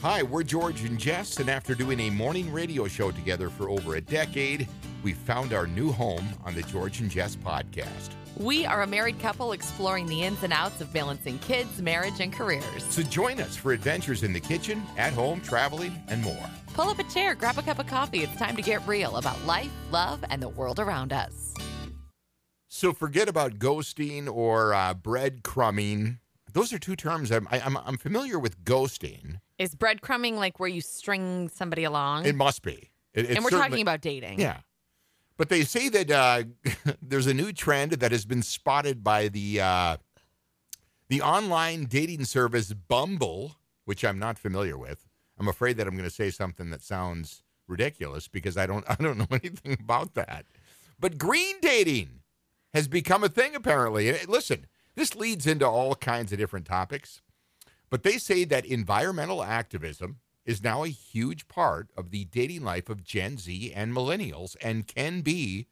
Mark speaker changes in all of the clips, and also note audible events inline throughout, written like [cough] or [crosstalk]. Speaker 1: Hi, we're George and Jess, and after doing a morning radio show together for over a decade, we found our new home on the George and Jess podcast.
Speaker 2: We are a married couple exploring the ins and outs of balancing kids, marriage, and careers.
Speaker 1: So join us for adventures in the kitchen, at home, traveling, and more.
Speaker 2: Pull up a chair, grab a cup of coffee. It's time to get real about life, love, and the world around us.
Speaker 1: So forget about ghosting or uh, breadcrumbing. Those are two terms I'm, I, I'm, I'm familiar with ghosting.
Speaker 2: Is breadcrumbing like where you string somebody along?
Speaker 1: It must be. It- it
Speaker 2: Mm. and we're
Speaker 1: certainly-
Speaker 2: talking about dating.
Speaker 1: Yeah. But they say that uh, [laughs] there's a new trend that has been spotted by the uh, the online dating service Bumble, which I'm not familiar with. I'm afraid that I'm going to say something that sounds ridiculous because I don't [laughs] I don't know anything about that. But green dating has become a thing apparently. And listen, this leads into all kinds of different topics. But they say that environmental activism is now a huge part of the dating life of Gen Z and millennials and can be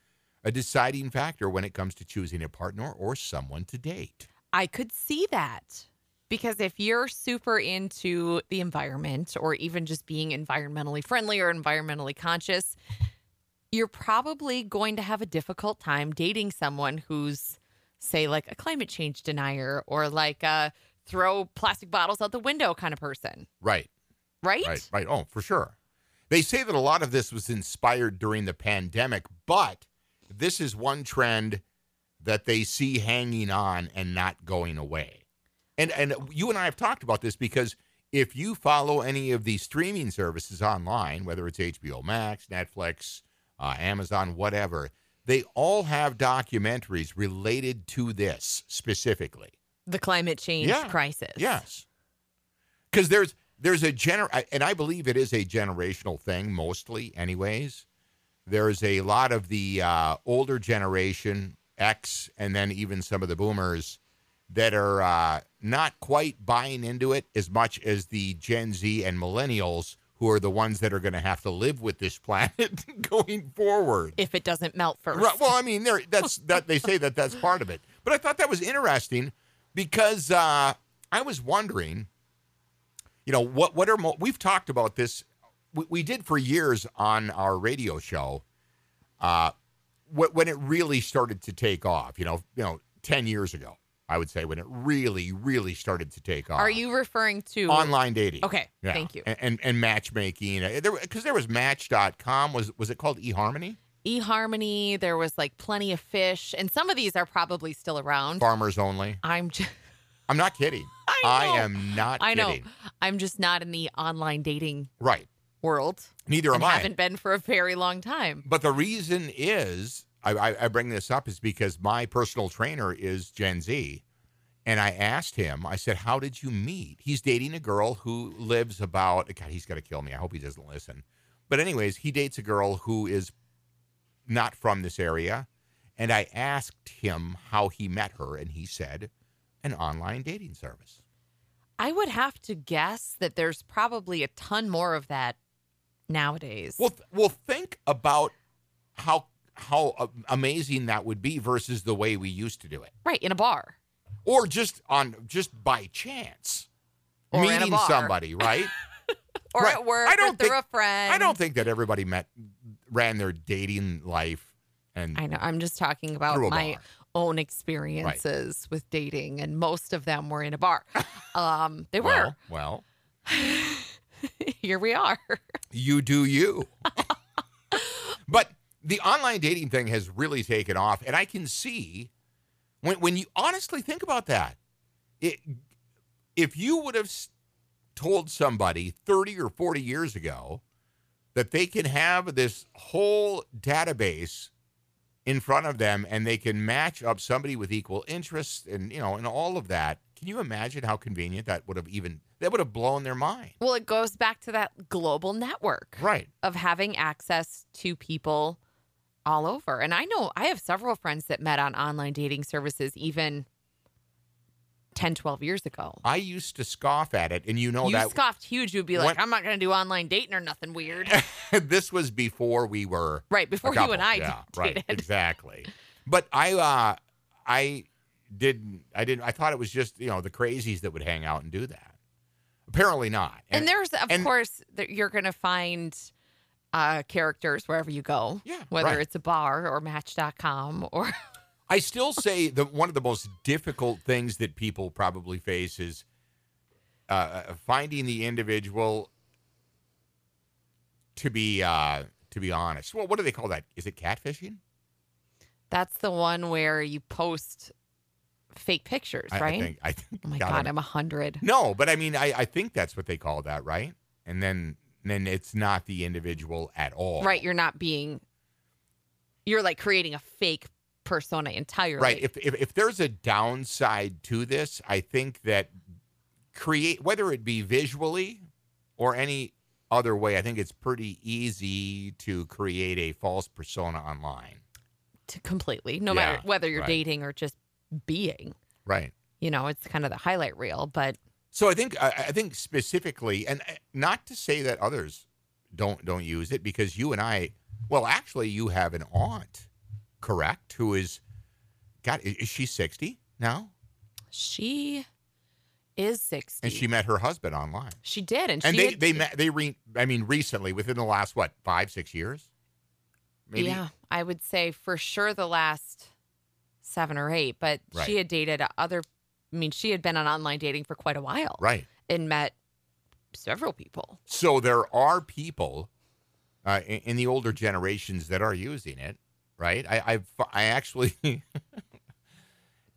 Speaker 1: a deciding factor when it comes to choosing a partner or someone to date.
Speaker 2: I could see that because if you're super into the environment or even just being environmentally friendly or environmentally conscious, you're probably going to have a difficult time dating someone who's, say, like a climate change denier or like a throw plastic bottles out the window kind of person,
Speaker 1: Right,
Speaker 2: right?
Speaker 1: right, right. Oh, for sure. They say that a lot of this was inspired during the pandemic, but this is one trend that they see hanging on and not going away. And and you and I have talked about this because if you follow any of the streaming services online, whether it's HBO Max, Netflix, uh, Amazon, whatever, they all have documentaries related to this specifically.
Speaker 2: The climate change
Speaker 1: Yeah.
Speaker 2: crisis.
Speaker 1: Yes, because there's there's a gener and I believe it is a generational thing mostly, anyways. There's a lot of the uh, older generation X, and then even some of the boomers that are uh, not quite buying into it as much as the Gen Z and millennials, who are the ones that are going to have to live with this [laughs] planet going forward.
Speaker 2: If it doesn't melt first.
Speaker 1: Right. Well, I mean, there that's that they say that that's part of it. But I thought that was interesting because uh, I was wondering, you know, what what are mo- we've talked about this, we, we did for years on our radio show, uh, wh- when it really started to take off. You know, you know, ten years ago, I would say when it really, really started to take off.
Speaker 2: Are you referring to
Speaker 1: online dating?
Speaker 2: Okay, thank you.
Speaker 1: And and, and matchmaking. Uh, There because there was Match.com. Was was it called eHarmony?
Speaker 2: eHarmony? There was like plenty of fish, and some of these are probably still around.
Speaker 1: Farmers only.
Speaker 2: I'm just.
Speaker 1: I'm not kidding.
Speaker 2: [laughs] I know.
Speaker 1: am not
Speaker 2: I know.
Speaker 1: kidding.
Speaker 2: I'm just not in the online dating
Speaker 1: Right.
Speaker 2: world.
Speaker 1: Neither am
Speaker 2: and
Speaker 1: I.
Speaker 2: haven't been for a very long time.
Speaker 1: But the reason is, I, I, I bring this up is because my personal trainer is Gen Z. And I asked him, I said, How did you meet? He's dating a girl who lives about, God, he's going to kill me. I hope he doesn't listen. But, anyways, he dates a girl who is not from this area. And I asked him how he met her. And he said, An online dating service.
Speaker 2: I would have to guess that there's probably a ton more of that nowadays.
Speaker 1: Well, th- well, think about how how uh, amazing that would be versus the way we used to do it,
Speaker 2: right in a bar.
Speaker 1: or just on just by chance
Speaker 2: Or in a
Speaker 1: meeting
Speaker 2: bar.
Speaker 1: somebody,
Speaker 2: [laughs]
Speaker 1: right?
Speaker 2: Or
Speaker 1: Right.
Speaker 2: at work,
Speaker 1: I
Speaker 2: or
Speaker 1: don't
Speaker 2: through
Speaker 1: think-
Speaker 2: a friend.
Speaker 1: I don't think that everybody met ran their dating life and
Speaker 2: I know. I'm just talking about
Speaker 1: Through a
Speaker 2: my
Speaker 1: bar.
Speaker 2: own experiences with dating, and most of them were in
Speaker 1: [laughs]
Speaker 2: a bar. um, they
Speaker 1: well,
Speaker 2: were.
Speaker 1: well,
Speaker 2: [laughs] Here we are.
Speaker 1: you do you. [laughs] but the online dating thing has really taken off, and I can see when when you honestly think about that, it if you would have s- told somebody 30 or 40 years ago that they can have this whole database in front of them and they can match up somebody with equal interests and you know and all of that can you imagine how convenient that would have even that would have blown their mind
Speaker 2: Well, it goes back to that global network.
Speaker 1: right
Speaker 2: of having access to people all over. And I know I have several friends that met on online dating services even 10, 12 years ago.
Speaker 1: I used to scoff at it, and you know
Speaker 2: you
Speaker 1: that
Speaker 2: scoffed huge. You'd be like,
Speaker 1: When-
Speaker 2: I'm not going to do online dating or nothing weird.
Speaker 1: [laughs] this was before we were
Speaker 2: right.
Speaker 1: a
Speaker 2: Before you and
Speaker 1: couple.
Speaker 2: I [laughs]
Speaker 1: yeah,
Speaker 2: dated.
Speaker 1: right, exactly. But I, uh, I didn't, I didn't, I thought it was just you know the crazies that would hang out and do that. Apparently not.
Speaker 2: And there's, of
Speaker 1: and-
Speaker 2: course, that you're going to find uh, characters wherever you go,
Speaker 1: Yeah,
Speaker 2: whether
Speaker 1: right.
Speaker 2: it's a bar or Match.com or
Speaker 1: I still say that one of the most difficult things that people probably face is uh, uh, finding the individual to be uh, to be honest. Well, what do they call that? Is it catfishing?
Speaker 2: that's the one where you post fake pictures,
Speaker 1: I, I
Speaker 2: right?
Speaker 1: think. I think.
Speaker 2: oh my
Speaker 1: God,
Speaker 2: God,
Speaker 1: I'm-
Speaker 2: I'm a hundred.
Speaker 1: no, but I mean, I, I think that's what they call that, right? And then then it's not the individual at all,
Speaker 2: Right. You're not being, you're like creating a fake persona entirely.
Speaker 1: Right. If, if if there's a downside to this, I think that create whether it be visually or any other way, I think it's pretty easy to create a false persona online.
Speaker 2: to completely, no
Speaker 1: Yeah,
Speaker 2: matter whether you're
Speaker 1: right.
Speaker 2: dating or just being,
Speaker 1: Right.
Speaker 2: you know, it's kind of the highlight reel, but
Speaker 1: So I think I, I think specifically, and uh, not to say that others don't don't use it because you and I, well, actually, you have an aunt, correct? Who is, God, i- is she sixty now?
Speaker 2: she is 60.
Speaker 1: And she met her husband online.
Speaker 2: She did, and,
Speaker 1: and
Speaker 2: she
Speaker 1: they
Speaker 2: had-
Speaker 1: they ma- they re I mean recently within the last what five six years, maybe
Speaker 2: yeah, I would say for sure the last seven or eight. But
Speaker 1: Right.
Speaker 2: she had dated other. I mean, she had been on online dating for quite a while,
Speaker 1: right.
Speaker 2: and met several people.
Speaker 1: So there are people uh, in, in the older generations that are using it, right? I I've, I actually [laughs]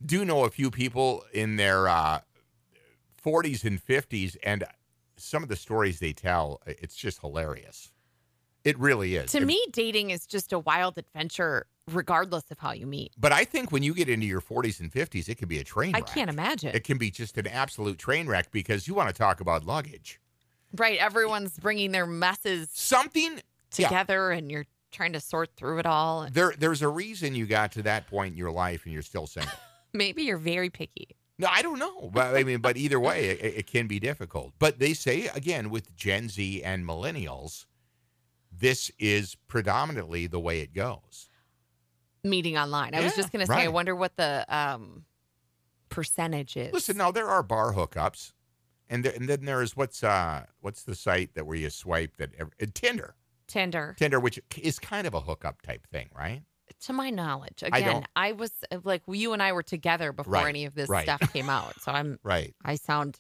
Speaker 1: do know a few people in their uh, 40s and 50s, and some of the stories they tell, it's just hilarious. It really is.
Speaker 2: To
Speaker 1: It-
Speaker 2: me, dating is just a wild adventure, regardless of how you meet.
Speaker 1: but I think when you get into your 40s and 50s, it can be a train
Speaker 2: I
Speaker 1: wreck.
Speaker 2: can't imagine.
Speaker 1: It can be just an absolute train wreck because you want to talk about luggage.
Speaker 2: right, everyone's bringing their messes
Speaker 1: Something Yeah.
Speaker 2: together, and you're trying to sort through it all. And
Speaker 1: there there's a reason you got to that point in your life and you're still single.
Speaker 2: Maybe you're very picky.
Speaker 1: No, I don't know. But I mean, but either way, it, it can be difficult. But they say again with Gen Z and millennials, this is predominantly the way it goes.
Speaker 2: Meeting online. I was
Speaker 1: Yeah,
Speaker 2: just going to say, I
Speaker 1: right.
Speaker 2: wonder what the um, percentage is.
Speaker 1: Listen, now there are bar hookups, and there, and then there is what's uh what's the site that where you swipe that ev- uh, Tinder,
Speaker 2: Tinder.
Speaker 1: Tinder, which is kind of a hookup type thing, right?
Speaker 2: to my knowledge,
Speaker 1: I don't-
Speaker 2: again, I, was uh, like you and I were together before
Speaker 1: Right,
Speaker 2: any of this
Speaker 1: right.
Speaker 2: stuff came out, so I'm
Speaker 1: Right.
Speaker 2: I sound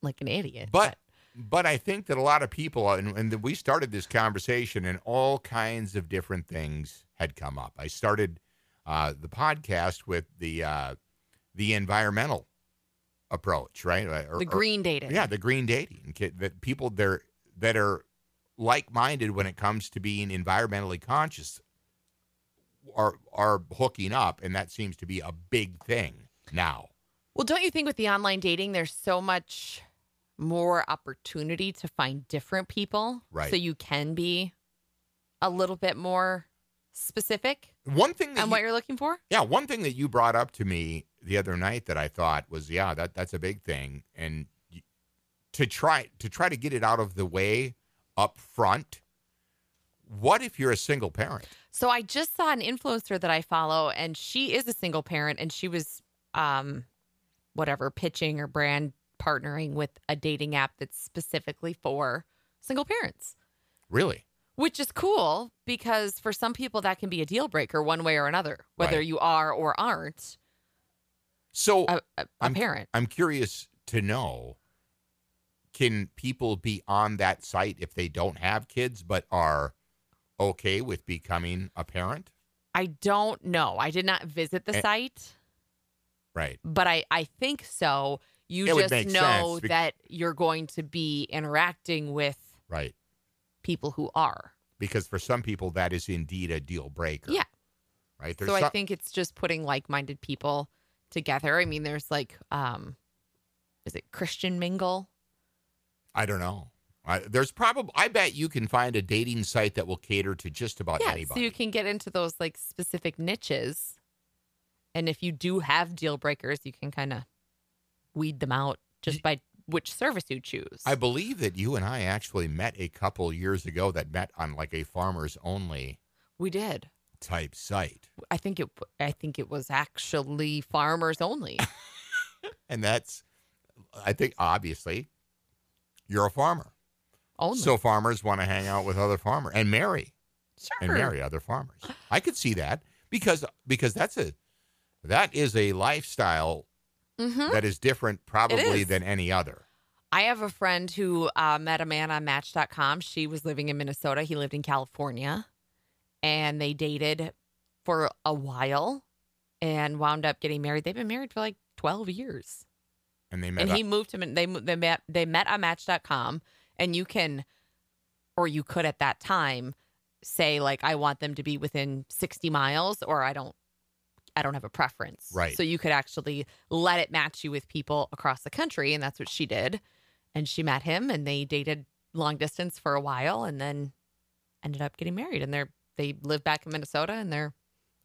Speaker 2: like an idiot.
Speaker 1: But but I think that a lot of people and, and we started this conversation and all kinds of different things had come up. I started uh, the podcast with the uh, the environmental approach, right? Uh, or- or-
Speaker 2: the green dating,
Speaker 1: yeah, the green dating Ki- that people there that are like minded when it comes to being environmentally conscious are are hooking up, and that seems to be a big thing now.
Speaker 2: Well, don't you think with the online dating, there's so much more opportunity to find different people,
Speaker 1: Right.
Speaker 2: So you can be a little bit more specific
Speaker 1: One thing that
Speaker 2: on
Speaker 1: you- [laughs]
Speaker 2: what you're looking for.
Speaker 1: Yeah, one thing that you brought up to me the other night that I thought was, yeah, that that's a big thing, and y- to try to try to get it out of the way up front. What if you're a single parent?
Speaker 2: So I just saw an influencer that I follow, and she is a single parent, and she was, um, whatever, pitching or brand partnering with a dating app that's specifically for single parents,
Speaker 1: Really?
Speaker 2: which is cool because for some people that can be a deal breaker one way or another, whether
Speaker 1: Right.
Speaker 2: you are or aren't
Speaker 1: So
Speaker 2: a, a, a
Speaker 1: I'm-
Speaker 2: parent.
Speaker 1: I'm curious to know: Can people be on that site if they don't have kids but are okay with becoming a parent?
Speaker 2: I don't know. I did not visit the
Speaker 1: Eh.
Speaker 2: site,
Speaker 1: Right.
Speaker 2: but I I think so. You
Speaker 1: It would
Speaker 2: just
Speaker 1: make
Speaker 2: know
Speaker 1: sense bec-
Speaker 2: that you're going to be interacting with
Speaker 1: Right.
Speaker 2: people who are.
Speaker 1: Because for some people, that is indeed a deal breaker.
Speaker 2: Yeah.
Speaker 1: Right. There's
Speaker 2: so I
Speaker 1: some-
Speaker 2: think it's just putting like-minded people together. I mean, there's like, um, is it Christian Mingle?
Speaker 1: I don't know. I, there's probably. I bet you can find a dating site that will cater to just about
Speaker 2: yeah,
Speaker 1: anybody.
Speaker 2: so you can get into those like specific niches, and if you do have deal breakers, you can kind of weed them out just by which service you choose.
Speaker 1: I believe that you and I actually met a couple years ago that met on like a farmers only
Speaker 2: we did.
Speaker 1: type site,
Speaker 2: I think it. I think it was actually farmers only.
Speaker 1: and that's, I think, obviously You're a farmer.
Speaker 2: Only.
Speaker 1: So farmers want to hang out with other farmers and marry
Speaker 2: sure.
Speaker 1: and marry other farmers. I could see that because because that's a that is a lifestyle
Speaker 2: hmm
Speaker 1: that is different probably
Speaker 2: is.
Speaker 1: than any other.
Speaker 2: I have a friend who uh, met a man on Match.com. She was living in Minnesota. He lived in California, and they dated for a while, and wound up getting married. They've been married for like twelve years.
Speaker 1: And they met
Speaker 2: and
Speaker 1: up.
Speaker 2: he moved him and they mo- they met they met on match.com and you can or you could at that time say like i want them to be within 60 miles or i don't i don't have a preference
Speaker 1: Right.
Speaker 2: so you could actually let it match you with people across the country and that's what she did and she met him and they dated long distance for a while and then ended up getting married and they're they live back in minnesota and they're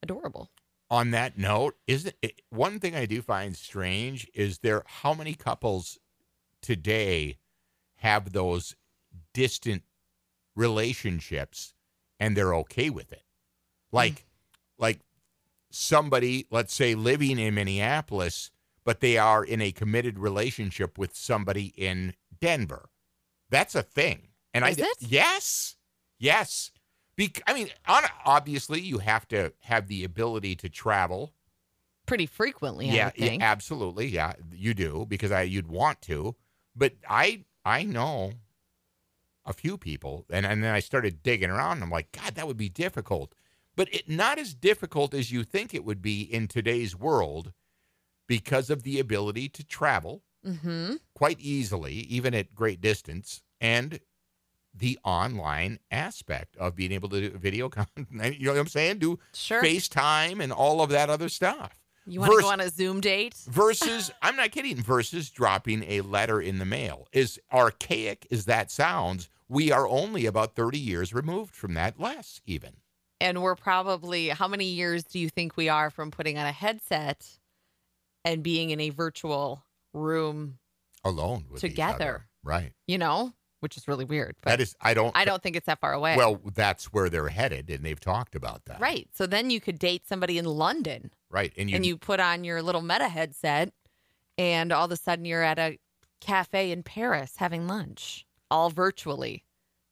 Speaker 2: adorable
Speaker 1: on that note, isn't it, one thing I do find strange is there how many couples today have those distant relationships and they're okay with it.
Speaker 2: Hmm.
Speaker 1: Like like somebody, let's say living in Minneapolis, but they are in a committed relationship with somebody in Denver. That's a thing. And
Speaker 2: Is
Speaker 1: I
Speaker 2: it?
Speaker 1: yes. Yes. Bec I mean, on, obviously, you have to have the ability to travel.
Speaker 2: pretty frequently i
Speaker 1: yeah,
Speaker 2: would think
Speaker 1: absolutely. Yeah, you do because I you'd want to. But I I know a few people, and and then I started digging around. And I'm like, God, that would be difficult. But it not as difficult as you think it would be in today's world because of the ability to travel
Speaker 2: mm-hmm
Speaker 1: quite easily, even at great distance, and the online aspect of being able to do video [laughs] con You know what I'm saying? Do
Speaker 2: sure
Speaker 1: FaceTime and all of that other stuff.
Speaker 2: You want to
Speaker 1: Vers-
Speaker 2: go on a Zoom date?
Speaker 1: Versus, I'm not kidding, versus dropping a letter in the mail. As archaic as that sounds, we are only about 30 years removed from that, less even.
Speaker 2: And we're probably, how many years do you think we are from putting on a headset and being in a virtual room,
Speaker 1: Alone with each
Speaker 2: Together.
Speaker 1: other. Right.
Speaker 2: you know, which is really weird. But
Speaker 1: that is, I don't,
Speaker 2: I don't think it's that far away.
Speaker 1: well, that's where they're headed, and they've talked about that.
Speaker 2: right. So then you could date somebody in London
Speaker 1: Right. And you,
Speaker 2: and you put on your little meta headset and all of a sudden you're at a cafe in Paris having lunch, all virtually,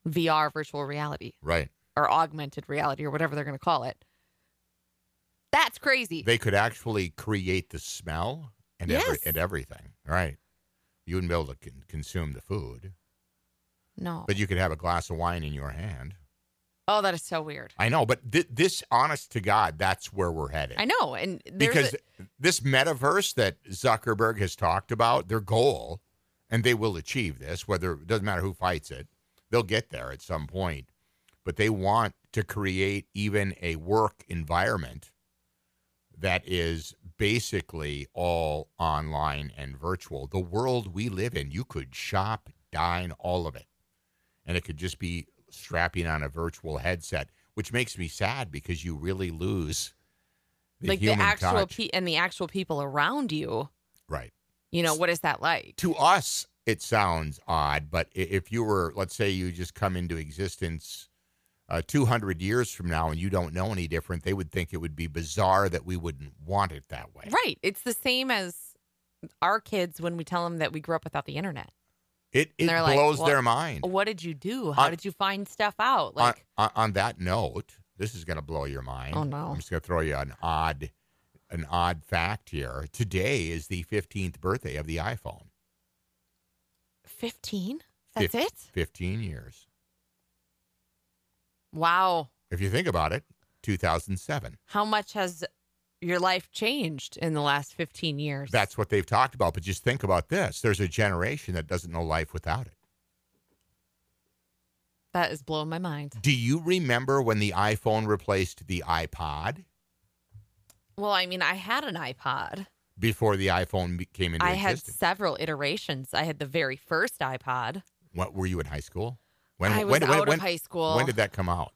Speaker 2: VR, virtual reality,
Speaker 1: right.
Speaker 2: or augmented reality, or whatever they're going to call it. That's crazy.
Speaker 1: They could actually create the smell and every,
Speaker 2: Yes.
Speaker 1: and everything. Right. You wouldn't be able to con- consume the food,
Speaker 2: no.
Speaker 1: but you could have a glass of wine in your hand.
Speaker 2: Oh, that is so weird.
Speaker 1: I know, but thi- this, honest to God, that's where we're headed.
Speaker 2: I know, and there's
Speaker 1: because
Speaker 2: a,
Speaker 1: this metaverse that Zuckerberg has talked about, their goal, and they will achieve this, whether it doesn't matter who fights it, they'll get there at some point. But they want to create even a work environment that is basically all online and virtual. The world we live in, you could shop, dine, all of it. And it could just be strapping on a virtual headset, which makes me sad because you really lose the
Speaker 2: like the
Speaker 1: human
Speaker 2: actual
Speaker 1: touch.
Speaker 2: pe- and the actual people around you.
Speaker 1: Right.
Speaker 2: You know, what is that like?
Speaker 1: To us, it sounds odd, but i- if you were, let's say you just come into existence uh, 200 years from now and you don't know any different, they would think it would be bizarre that we wouldn't want it that way.
Speaker 2: Right. It's the same as our kids when we tell them that we grew up without the internet.
Speaker 1: It, it
Speaker 2: And they're like,
Speaker 1: blows
Speaker 2: "Well,
Speaker 1: their mind.
Speaker 2: What did you do? How
Speaker 1: On-
Speaker 2: did you find stuff out? Like,
Speaker 1: on, on, on that note, this is going to blow your mind.
Speaker 2: Oh, no.
Speaker 1: I'm just going to throw you an odd, an odd fact here. Today is the 15th birthday of the iPhone.
Speaker 2: 15? That's
Speaker 1: Fif-
Speaker 2: it?
Speaker 1: 15 years.
Speaker 2: Wow.
Speaker 1: If you think about it, 2007.
Speaker 2: How much has your life changed in the last 15 years?
Speaker 1: That's what they've talked about. But just think about this: there's a generation that doesn't know life without it.
Speaker 2: that is blowing my mind.
Speaker 1: Do you remember when the iPhone replaced the iPod
Speaker 2: Well, I mean, I had an iPod.
Speaker 1: before the iPhone be- came into
Speaker 2: I had
Speaker 1: existence?
Speaker 2: several iterations. I had the very first iPod.
Speaker 1: What were you in high school? When
Speaker 2: I was
Speaker 1: when,
Speaker 2: out
Speaker 1: when,
Speaker 2: of
Speaker 1: when,
Speaker 2: high school.
Speaker 1: when did that come out?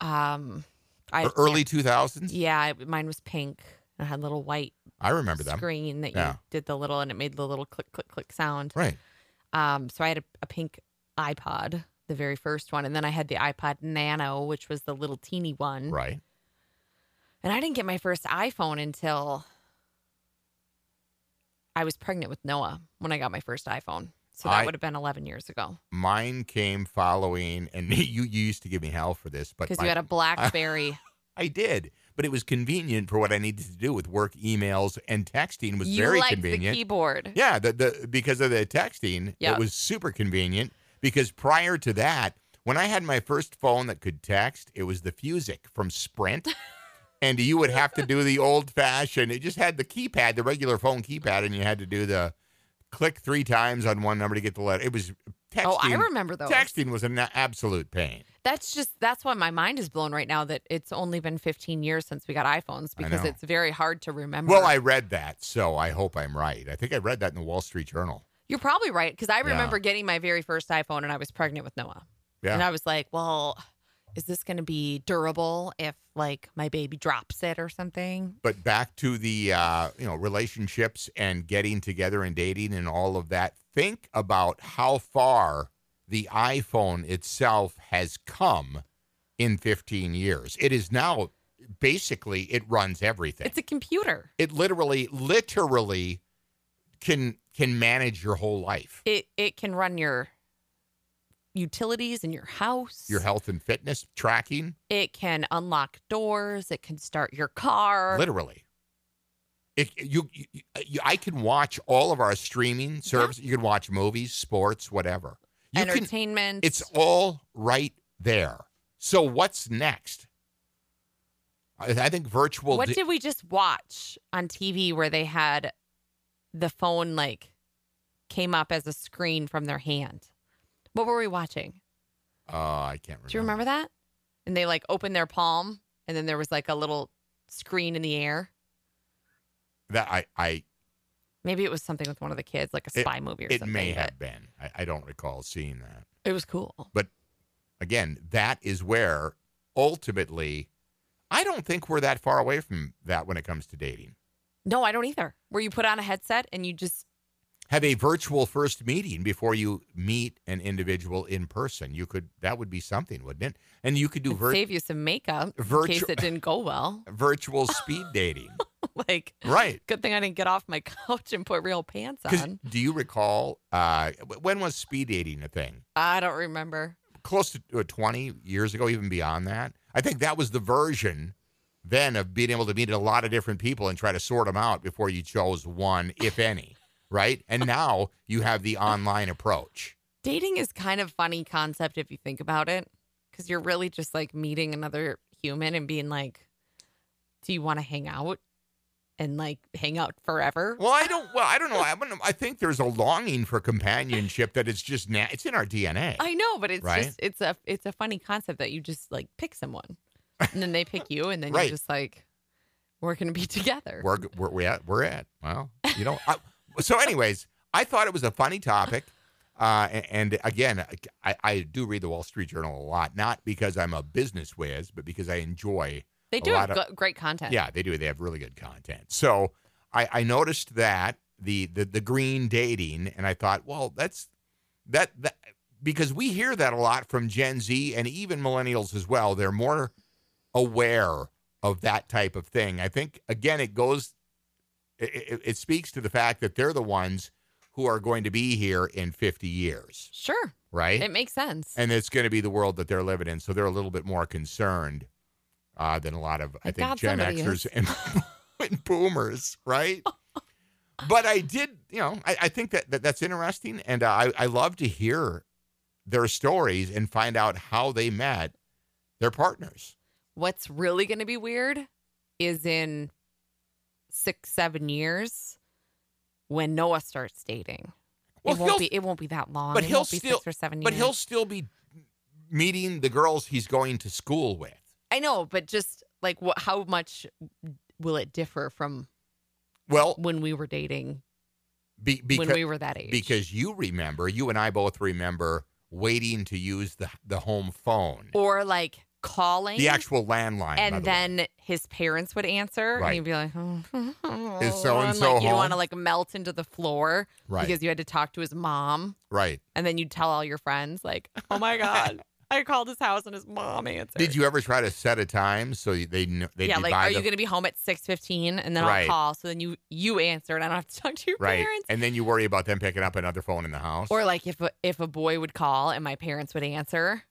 Speaker 2: Um, I
Speaker 1: Ear- Early 2000s.
Speaker 2: Yeah, I, mine was pink. I had a little white
Speaker 1: I remember them.
Speaker 2: screen that you
Speaker 1: Yeah.
Speaker 2: did the little, and it made the little click, click, click sound.
Speaker 1: Right.
Speaker 2: Um, so I had a, a pink iPod, the very first one, and then I had the iPod Nano, which was the little teeny one.
Speaker 1: Right.
Speaker 2: And I didn't get my first iPhone until I was pregnant with Noah when I got my first iPhone. So that
Speaker 1: I-
Speaker 2: would have been 11 years ago
Speaker 1: Mine came following, and [laughs] you used to give me hell for this, but
Speaker 2: because
Speaker 1: my- [laughs]
Speaker 2: you had a Blackberry.
Speaker 1: I did. But it was convenient for what I needed to do with work emails and texting. Was
Speaker 2: you
Speaker 1: very
Speaker 2: liked
Speaker 1: convenient.
Speaker 2: the keyboard.
Speaker 1: Yeah, the, the because of the texting,
Speaker 2: Yep.
Speaker 1: it was super convenient. Because prior to that, when I had my first phone that could text, it was the Fusic from Sprint,
Speaker 2: [laughs]
Speaker 1: and you would have to do the old fashioned. It just had the keypad, the regular phone keypad, and you had to do the click three times on one number to get the letter. It was texting.
Speaker 2: Oh, I remember those.
Speaker 1: Texting was an absolute pain.
Speaker 2: That's just that's why my mind is blown right now that it's only been 15 years since we got iPhones
Speaker 1: I
Speaker 2: because
Speaker 1: know.
Speaker 2: it's very hard to remember.
Speaker 1: Well, I read that, so I hope I'm right. I think I read that in the Wall Street Journal.
Speaker 2: You're probably right because I
Speaker 1: Yeah.
Speaker 2: remember getting my very first iPhone and I was pregnant with Noah.
Speaker 1: Yeah.
Speaker 2: And I was like, well, is this going to be durable if like my baby drops it or something?
Speaker 1: but back to the uh, you know relationships and getting together and dating and all of that think about how far the iphone itself has come in 15 years it is now basically it runs everything
Speaker 2: It's a computer.
Speaker 1: it literally literally can can manage your whole life
Speaker 2: It it can run your utilities in your house.
Speaker 1: your health and fitness tracking
Speaker 2: It can unlock doors. It can start your car.
Speaker 1: literally it, you, you, uh, you- i can watch all of our streaming services you can watch movies sports whatever you can
Speaker 2: entertainment.
Speaker 1: It's all right there. So what's next? I, I think virtual.
Speaker 2: what
Speaker 1: di-
Speaker 2: did we just watch on TV where they had the phone like came up as a screen from their hand? What were we watching?
Speaker 1: oh, I can't remember.
Speaker 2: Do you remember that? And they like opened their palm and then there was like a little screen in the air.
Speaker 1: that? I, I
Speaker 2: Maybe it was something with one of the kids, like a
Speaker 1: It-
Speaker 2: spy movie or
Speaker 1: it
Speaker 2: something.
Speaker 1: may
Speaker 2: but
Speaker 1: have been. I, I don't recall seeing that.
Speaker 2: It was cool.
Speaker 1: Again, that is where ultimately, I don't think we're that far away from that when it comes to dating.
Speaker 2: No, I don't either. Where you put on a headset and you just
Speaker 1: Have a virtual first meeting before you meet an individual in person. You could that would be something, wouldn't it? And you could do
Speaker 2: it'd
Speaker 1: vir-
Speaker 2: save you some makeup in case
Speaker 1: virtu-
Speaker 2: it didn't go well. [laughs]
Speaker 1: virtual speed dating,
Speaker 2: like,
Speaker 1: right?
Speaker 2: good thing I didn't get off my [laughs] couch and put real pants
Speaker 1: 'Cause
Speaker 2: on.
Speaker 1: Do you recall uh, w- when was speed dating a thing?
Speaker 2: I don't remember.
Speaker 1: Close to uh, 20 years ago, even beyond that. I think that was the version then of being able to meet a lot of different people and try to sort them out before you chose one, if any, right?
Speaker 2: [laughs]
Speaker 1: And now you have the online approach.
Speaker 2: Dating is kind of funny concept if you think about it, because you're really just like meeting another human and being like, "Do you want to hang out?" and like hang out forever.
Speaker 1: Well, I don't. Well, I don't know. I, wouldn't- I think there's a longing for companionship that it's just na- it's in our DNA.
Speaker 2: I know, but it's
Speaker 1: Right?
Speaker 2: just it's a it's a funny concept that you just like pick someone, and then
Speaker 1: [laughs]
Speaker 2: they pick you, and then
Speaker 1: Right.
Speaker 2: you're just like, "We're gonna be [laughs] together."
Speaker 1: we're we're we at, we're at. Well, you know. I, so, anyways, I thought it was a funny topic, uh, a- and again, I, I do read the Wall Street Journal a lot, not because I'm a business whiz, but because I enjoy.
Speaker 2: they
Speaker 1: a
Speaker 2: do have
Speaker 1: lot
Speaker 2: go- great content.
Speaker 1: Yeah, they do. They have really good content. So, I, I noticed that the, the the green dating, and I thought, well, that's that that because we hear that a lot from Gen Z and even millennials as well. They're more aware of that type of thing. I think again, it goes it, it, it speaks to the fact that they're the ones who are going to be here in 50 years,
Speaker 2: sure,
Speaker 1: right?
Speaker 2: it makes sense.
Speaker 1: and it's going to be the world that they're living in. So they're a little bit more concerned uh, than a lot of, I
Speaker 2: Thank
Speaker 1: think,
Speaker 2: God
Speaker 1: Gen
Speaker 2: somebody
Speaker 1: Xers and, [laughs] and boomers,
Speaker 2: [laughs]
Speaker 1: right? but I did, you know, I, I think that, that that's interesting. And uh, I, I love to hear their stories and find out how they met their partners.
Speaker 2: What's really going to be weird is in six, seven years when Noah starts dating.
Speaker 1: Well,
Speaker 2: it won't
Speaker 1: he'll-
Speaker 2: be. It won't be that long.
Speaker 1: but
Speaker 2: It
Speaker 1: he'll
Speaker 2: won't be
Speaker 1: still-
Speaker 2: six or seven years.
Speaker 1: But he'll still be meeting the girls he's going to school with.
Speaker 2: I know, but just like what? How much will it differ from
Speaker 1: Well,
Speaker 2: when we were dating?
Speaker 1: be, because,
Speaker 2: when we were that age,
Speaker 1: because you remember, you and I both remember waiting to use the, the home phone.
Speaker 2: or like calling
Speaker 1: The actual landline. by
Speaker 2: and
Speaker 1: the way.
Speaker 2: then his parents would answer
Speaker 1: Right.
Speaker 2: and you'd be like oh, [laughs]
Speaker 1: Is so-and-so
Speaker 2: and like you'd
Speaker 1: home?
Speaker 2: want to like melt into the floor
Speaker 1: right,
Speaker 2: because you had to talk to his mom
Speaker 1: right. [laughs]
Speaker 2: and then you'd tell all your friends like oh my god I called his house and his mom answered.
Speaker 1: Did you ever try to set a time so they kn- they
Speaker 2: yeah, like,
Speaker 1: divide
Speaker 2: are you
Speaker 1: the-
Speaker 2: going to be home at six fifteen, and then
Speaker 1: Right.
Speaker 2: I'll call. So then you you answer, and I don't have to talk to your
Speaker 1: right?
Speaker 2: parents.
Speaker 1: And then you worry about them picking up another phone in the house.
Speaker 2: Or like if a, if a boy would call and my parents would answer,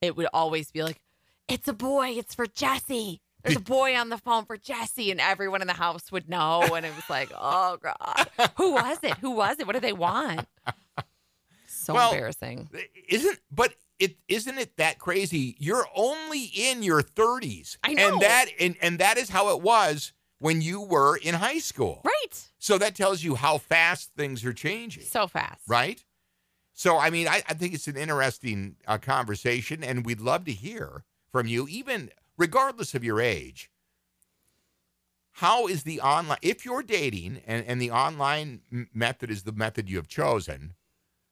Speaker 2: it would always be like, "It's a boy. It's for Jesse. There's a boy on the phone for Jesse," and everyone in the house would know. And it
Speaker 1: [laughs]
Speaker 2: was like, "Oh God, who was it? Who was it? What do
Speaker 1: [laughs]
Speaker 2: they want?" So
Speaker 1: Well,
Speaker 2: embarrassing.
Speaker 1: isn't but it isn't it that crazy? You're only in your 30s.
Speaker 2: I know.
Speaker 1: And that and, and that is how it was when you were in high school.
Speaker 2: Right.
Speaker 1: So that tells you how fast things are changing.
Speaker 2: So fast.
Speaker 1: right? So, I mean, I, I think it's an interesting uh, conversation, and we'd love to hear from you, even regardless of your age. How is the online, if you're dating and, and the online m- method is the method you have chosen,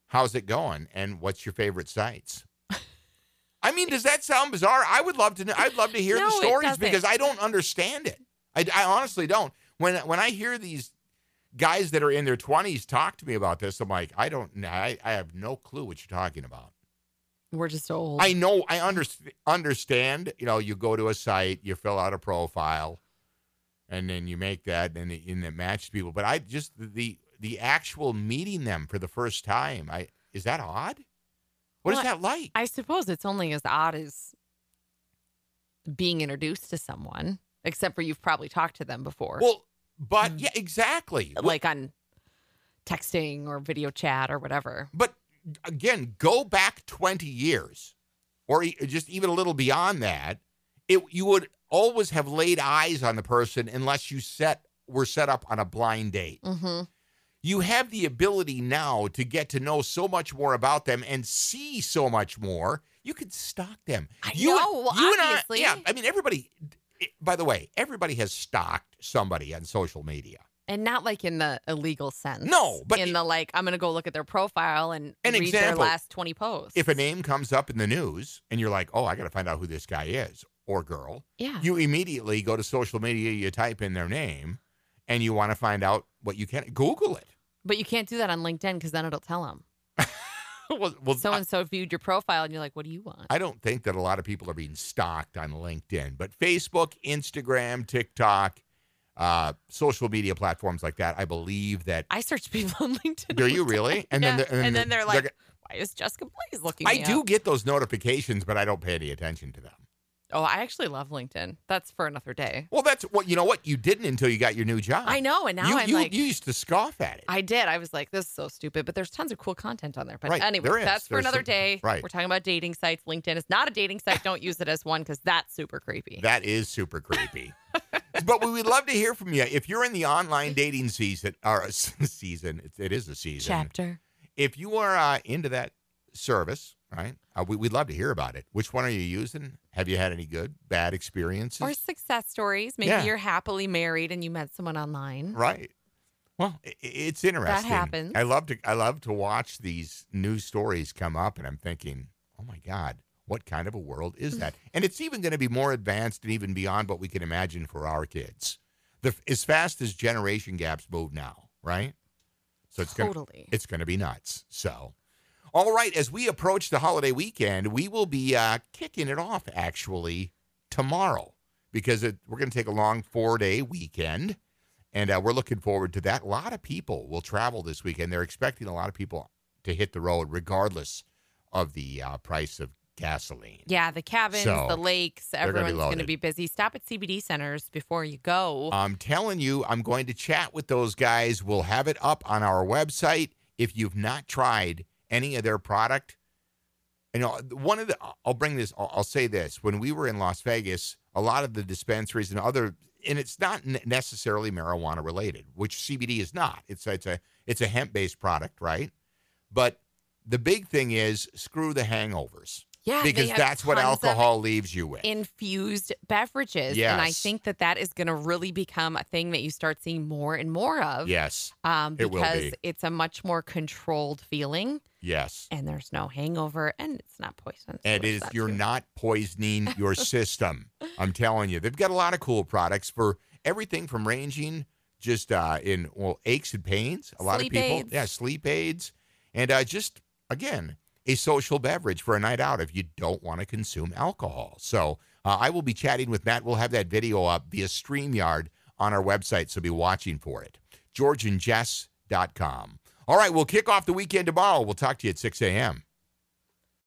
Speaker 1: how's it going? And what's your favorite
Speaker 2: [laughs]
Speaker 1: sites? I mean, does that sound bizarre? I would love to know. I'd love to hear the
Speaker 2: No, it
Speaker 1: stories
Speaker 2: doesn't.
Speaker 1: because I don't understand it. I, I honestly don't. When when I hear these guys that are in their 20s talk to me about this, I'm like, I don't know. I, I have no clue what you're talking about.
Speaker 2: We're just old.
Speaker 1: I know, I underst- understand, you know, you go to a site, you fill out a profile, and then you make that and it, and it matches people. But I just, the the actual meeting them for the first time, I is that odd? What is
Speaker 2: Well,
Speaker 1: that like?
Speaker 2: I suppose it's only as odd as being introduced to someone, except for you've probably talked to them before,
Speaker 1: well, but
Speaker 2: Mm.
Speaker 1: yeah, exactly. Well,
Speaker 2: like on texting or video chat or whatever.
Speaker 1: But again, go back 20 years or e- just even a little beyond that, it you would always have laid eyes on the person unless you set were set up on a blind date.
Speaker 2: Mm-hmm.
Speaker 1: You have the ability now to get to know so much more about them and see so much more. You could stalk them.
Speaker 2: I
Speaker 1: you,
Speaker 2: know, well,
Speaker 1: you
Speaker 2: obviously.
Speaker 1: And I, yeah, I mean everybody by the way, everybody has stalked somebody on social media.
Speaker 2: And not like in the illegal sense.
Speaker 1: No, but-
Speaker 2: in the like, I'm going to go look at their profile and
Speaker 1: An
Speaker 2: read
Speaker 1: example.
Speaker 2: their last 20 posts.
Speaker 1: If a name comes up in the news and you're like, "Oh, I got to find out who this guy is or girl,"
Speaker 2: yeah.
Speaker 1: you immediately go to social media, you type in their name, and you want to find out what you can. Google it. [laughs]
Speaker 2: But you can't do that on LinkedIn because then it'll tell them.
Speaker 1: well, well,
Speaker 2: So
Speaker 1: I,
Speaker 2: and so viewed your profile and you're like, what do you want?
Speaker 1: I don't think that a lot of people are being stalked on LinkedIn, but Facebook, Instagram, TikTok, uh, social media platforms like that, I believe
Speaker 2: [laughs]
Speaker 1: that.
Speaker 2: I search people on LinkedIn.
Speaker 1: Do
Speaker 2: all
Speaker 1: you
Speaker 2: the time.
Speaker 1: really?
Speaker 2: Yeah.
Speaker 1: the-
Speaker 2: And then
Speaker 1: the-
Speaker 2: they're like, Why is Jessica Blaze looking
Speaker 1: I
Speaker 2: me
Speaker 1: do
Speaker 2: up?
Speaker 1: get those notifications, but I don't pay any attention to them.
Speaker 2: Oh, I actually love LinkedIn. That's for another day.
Speaker 1: Well, that's what you know. What you didn't until you got your new job.
Speaker 2: I know. And now
Speaker 1: you,
Speaker 2: I'm
Speaker 1: you,
Speaker 2: like,
Speaker 1: you used to scoff at it.
Speaker 2: I did. I was like, this is so stupid, but there's tons of cool content on there. But
Speaker 1: Right,
Speaker 2: anyway,
Speaker 1: there is.
Speaker 2: that's for
Speaker 1: There's
Speaker 2: another
Speaker 1: some-
Speaker 2: day.
Speaker 1: right.
Speaker 2: We're talking about dating sites. LinkedIn is not a dating site. Don't use it as one because that's super creepy.
Speaker 1: That is super
Speaker 2: [laughs]
Speaker 1: creepy. but we would love to hear from you if you're in the online dating season or [laughs] season. It, it is a season.
Speaker 2: Chapter.
Speaker 1: If you are uh, into that service, right? Uh, we, we'd love to hear about it. Which one are you using? Have you had any good, bad experiences?
Speaker 2: Or success stories. Maybe
Speaker 1: Yeah.
Speaker 2: you're happily married and you met someone online.
Speaker 1: right. Well, i- i- it's interesting.
Speaker 2: happens.
Speaker 1: I love to. I love to watch these news stories come up, and I'm thinking, oh my god. What kind of a world is
Speaker 2: [laughs]
Speaker 1: that? And it's even going to be more advanced and even beyond what we can imagine for our kids. The, as fast as generation gaps move now, right? So it's going to
Speaker 2: totally.
Speaker 1: it's going to be nuts. So, all right, as we approach the holiday weekend, we will be uh, kicking it off actually tomorrow because it, we're going to take a long four day weekend. And uh, we're looking forward to that. A lot of people will travel this weekend. They're expecting a lot of people to hit the road, regardless of the uh, price of gasoline.
Speaker 2: yeah, the cabins,
Speaker 1: So,
Speaker 2: the lakes,
Speaker 1: gonna be
Speaker 2: everyone's going to
Speaker 1: loaded. Uh,
Speaker 2: be busy. Stop at CBD centers before you go.
Speaker 1: I'm telling you, I'm going to chat with those guys. We'll have it up on our website. If you've not tried any of their product, you know, one of the, I'll bring this, I'll, I'll say this. When we were in Las Vegas, a lot of the dispensaries and other, and it's not ne- necessarily marijuana related, which CBD is not. It's, it's a, it's a hemp based product, right? But the big thing is screw the hangovers
Speaker 2: yeah, they
Speaker 1: because
Speaker 2: have
Speaker 1: that's what
Speaker 2: tons of
Speaker 1: alcohol leaves you with.
Speaker 2: infused beverages. And I
Speaker 1: Yes.
Speaker 2: think that that is going to really become a thing that you start seeing more and more of.
Speaker 1: yes.
Speaker 2: Um,
Speaker 1: It will
Speaker 2: because
Speaker 1: be.
Speaker 2: it's a much more controlled feeling
Speaker 1: Yes.
Speaker 2: and there's no hangover and it's not poison. so
Speaker 1: And it
Speaker 2: there's
Speaker 1: is
Speaker 2: that
Speaker 1: you're
Speaker 2: too.
Speaker 1: not
Speaker 2: [laughs]
Speaker 1: poisoning your system. I'm telling you, they've got a lot of cool products for everything from ranging just uh, in well aches and pains. A lot of
Speaker 2: Sleep
Speaker 1: people,
Speaker 2: aids.
Speaker 1: yeah, sleep aids, and uh, just again, a social beverage for a night out if you don't want to consume alcohol. So uh, I will be chatting with Matt. We'll have that video up via StreamYard on our website, so be watching for it. GeorgeandJess.com. All right, we'll kick off the weekend tomorrow. We'll talk to you at 6 a.m.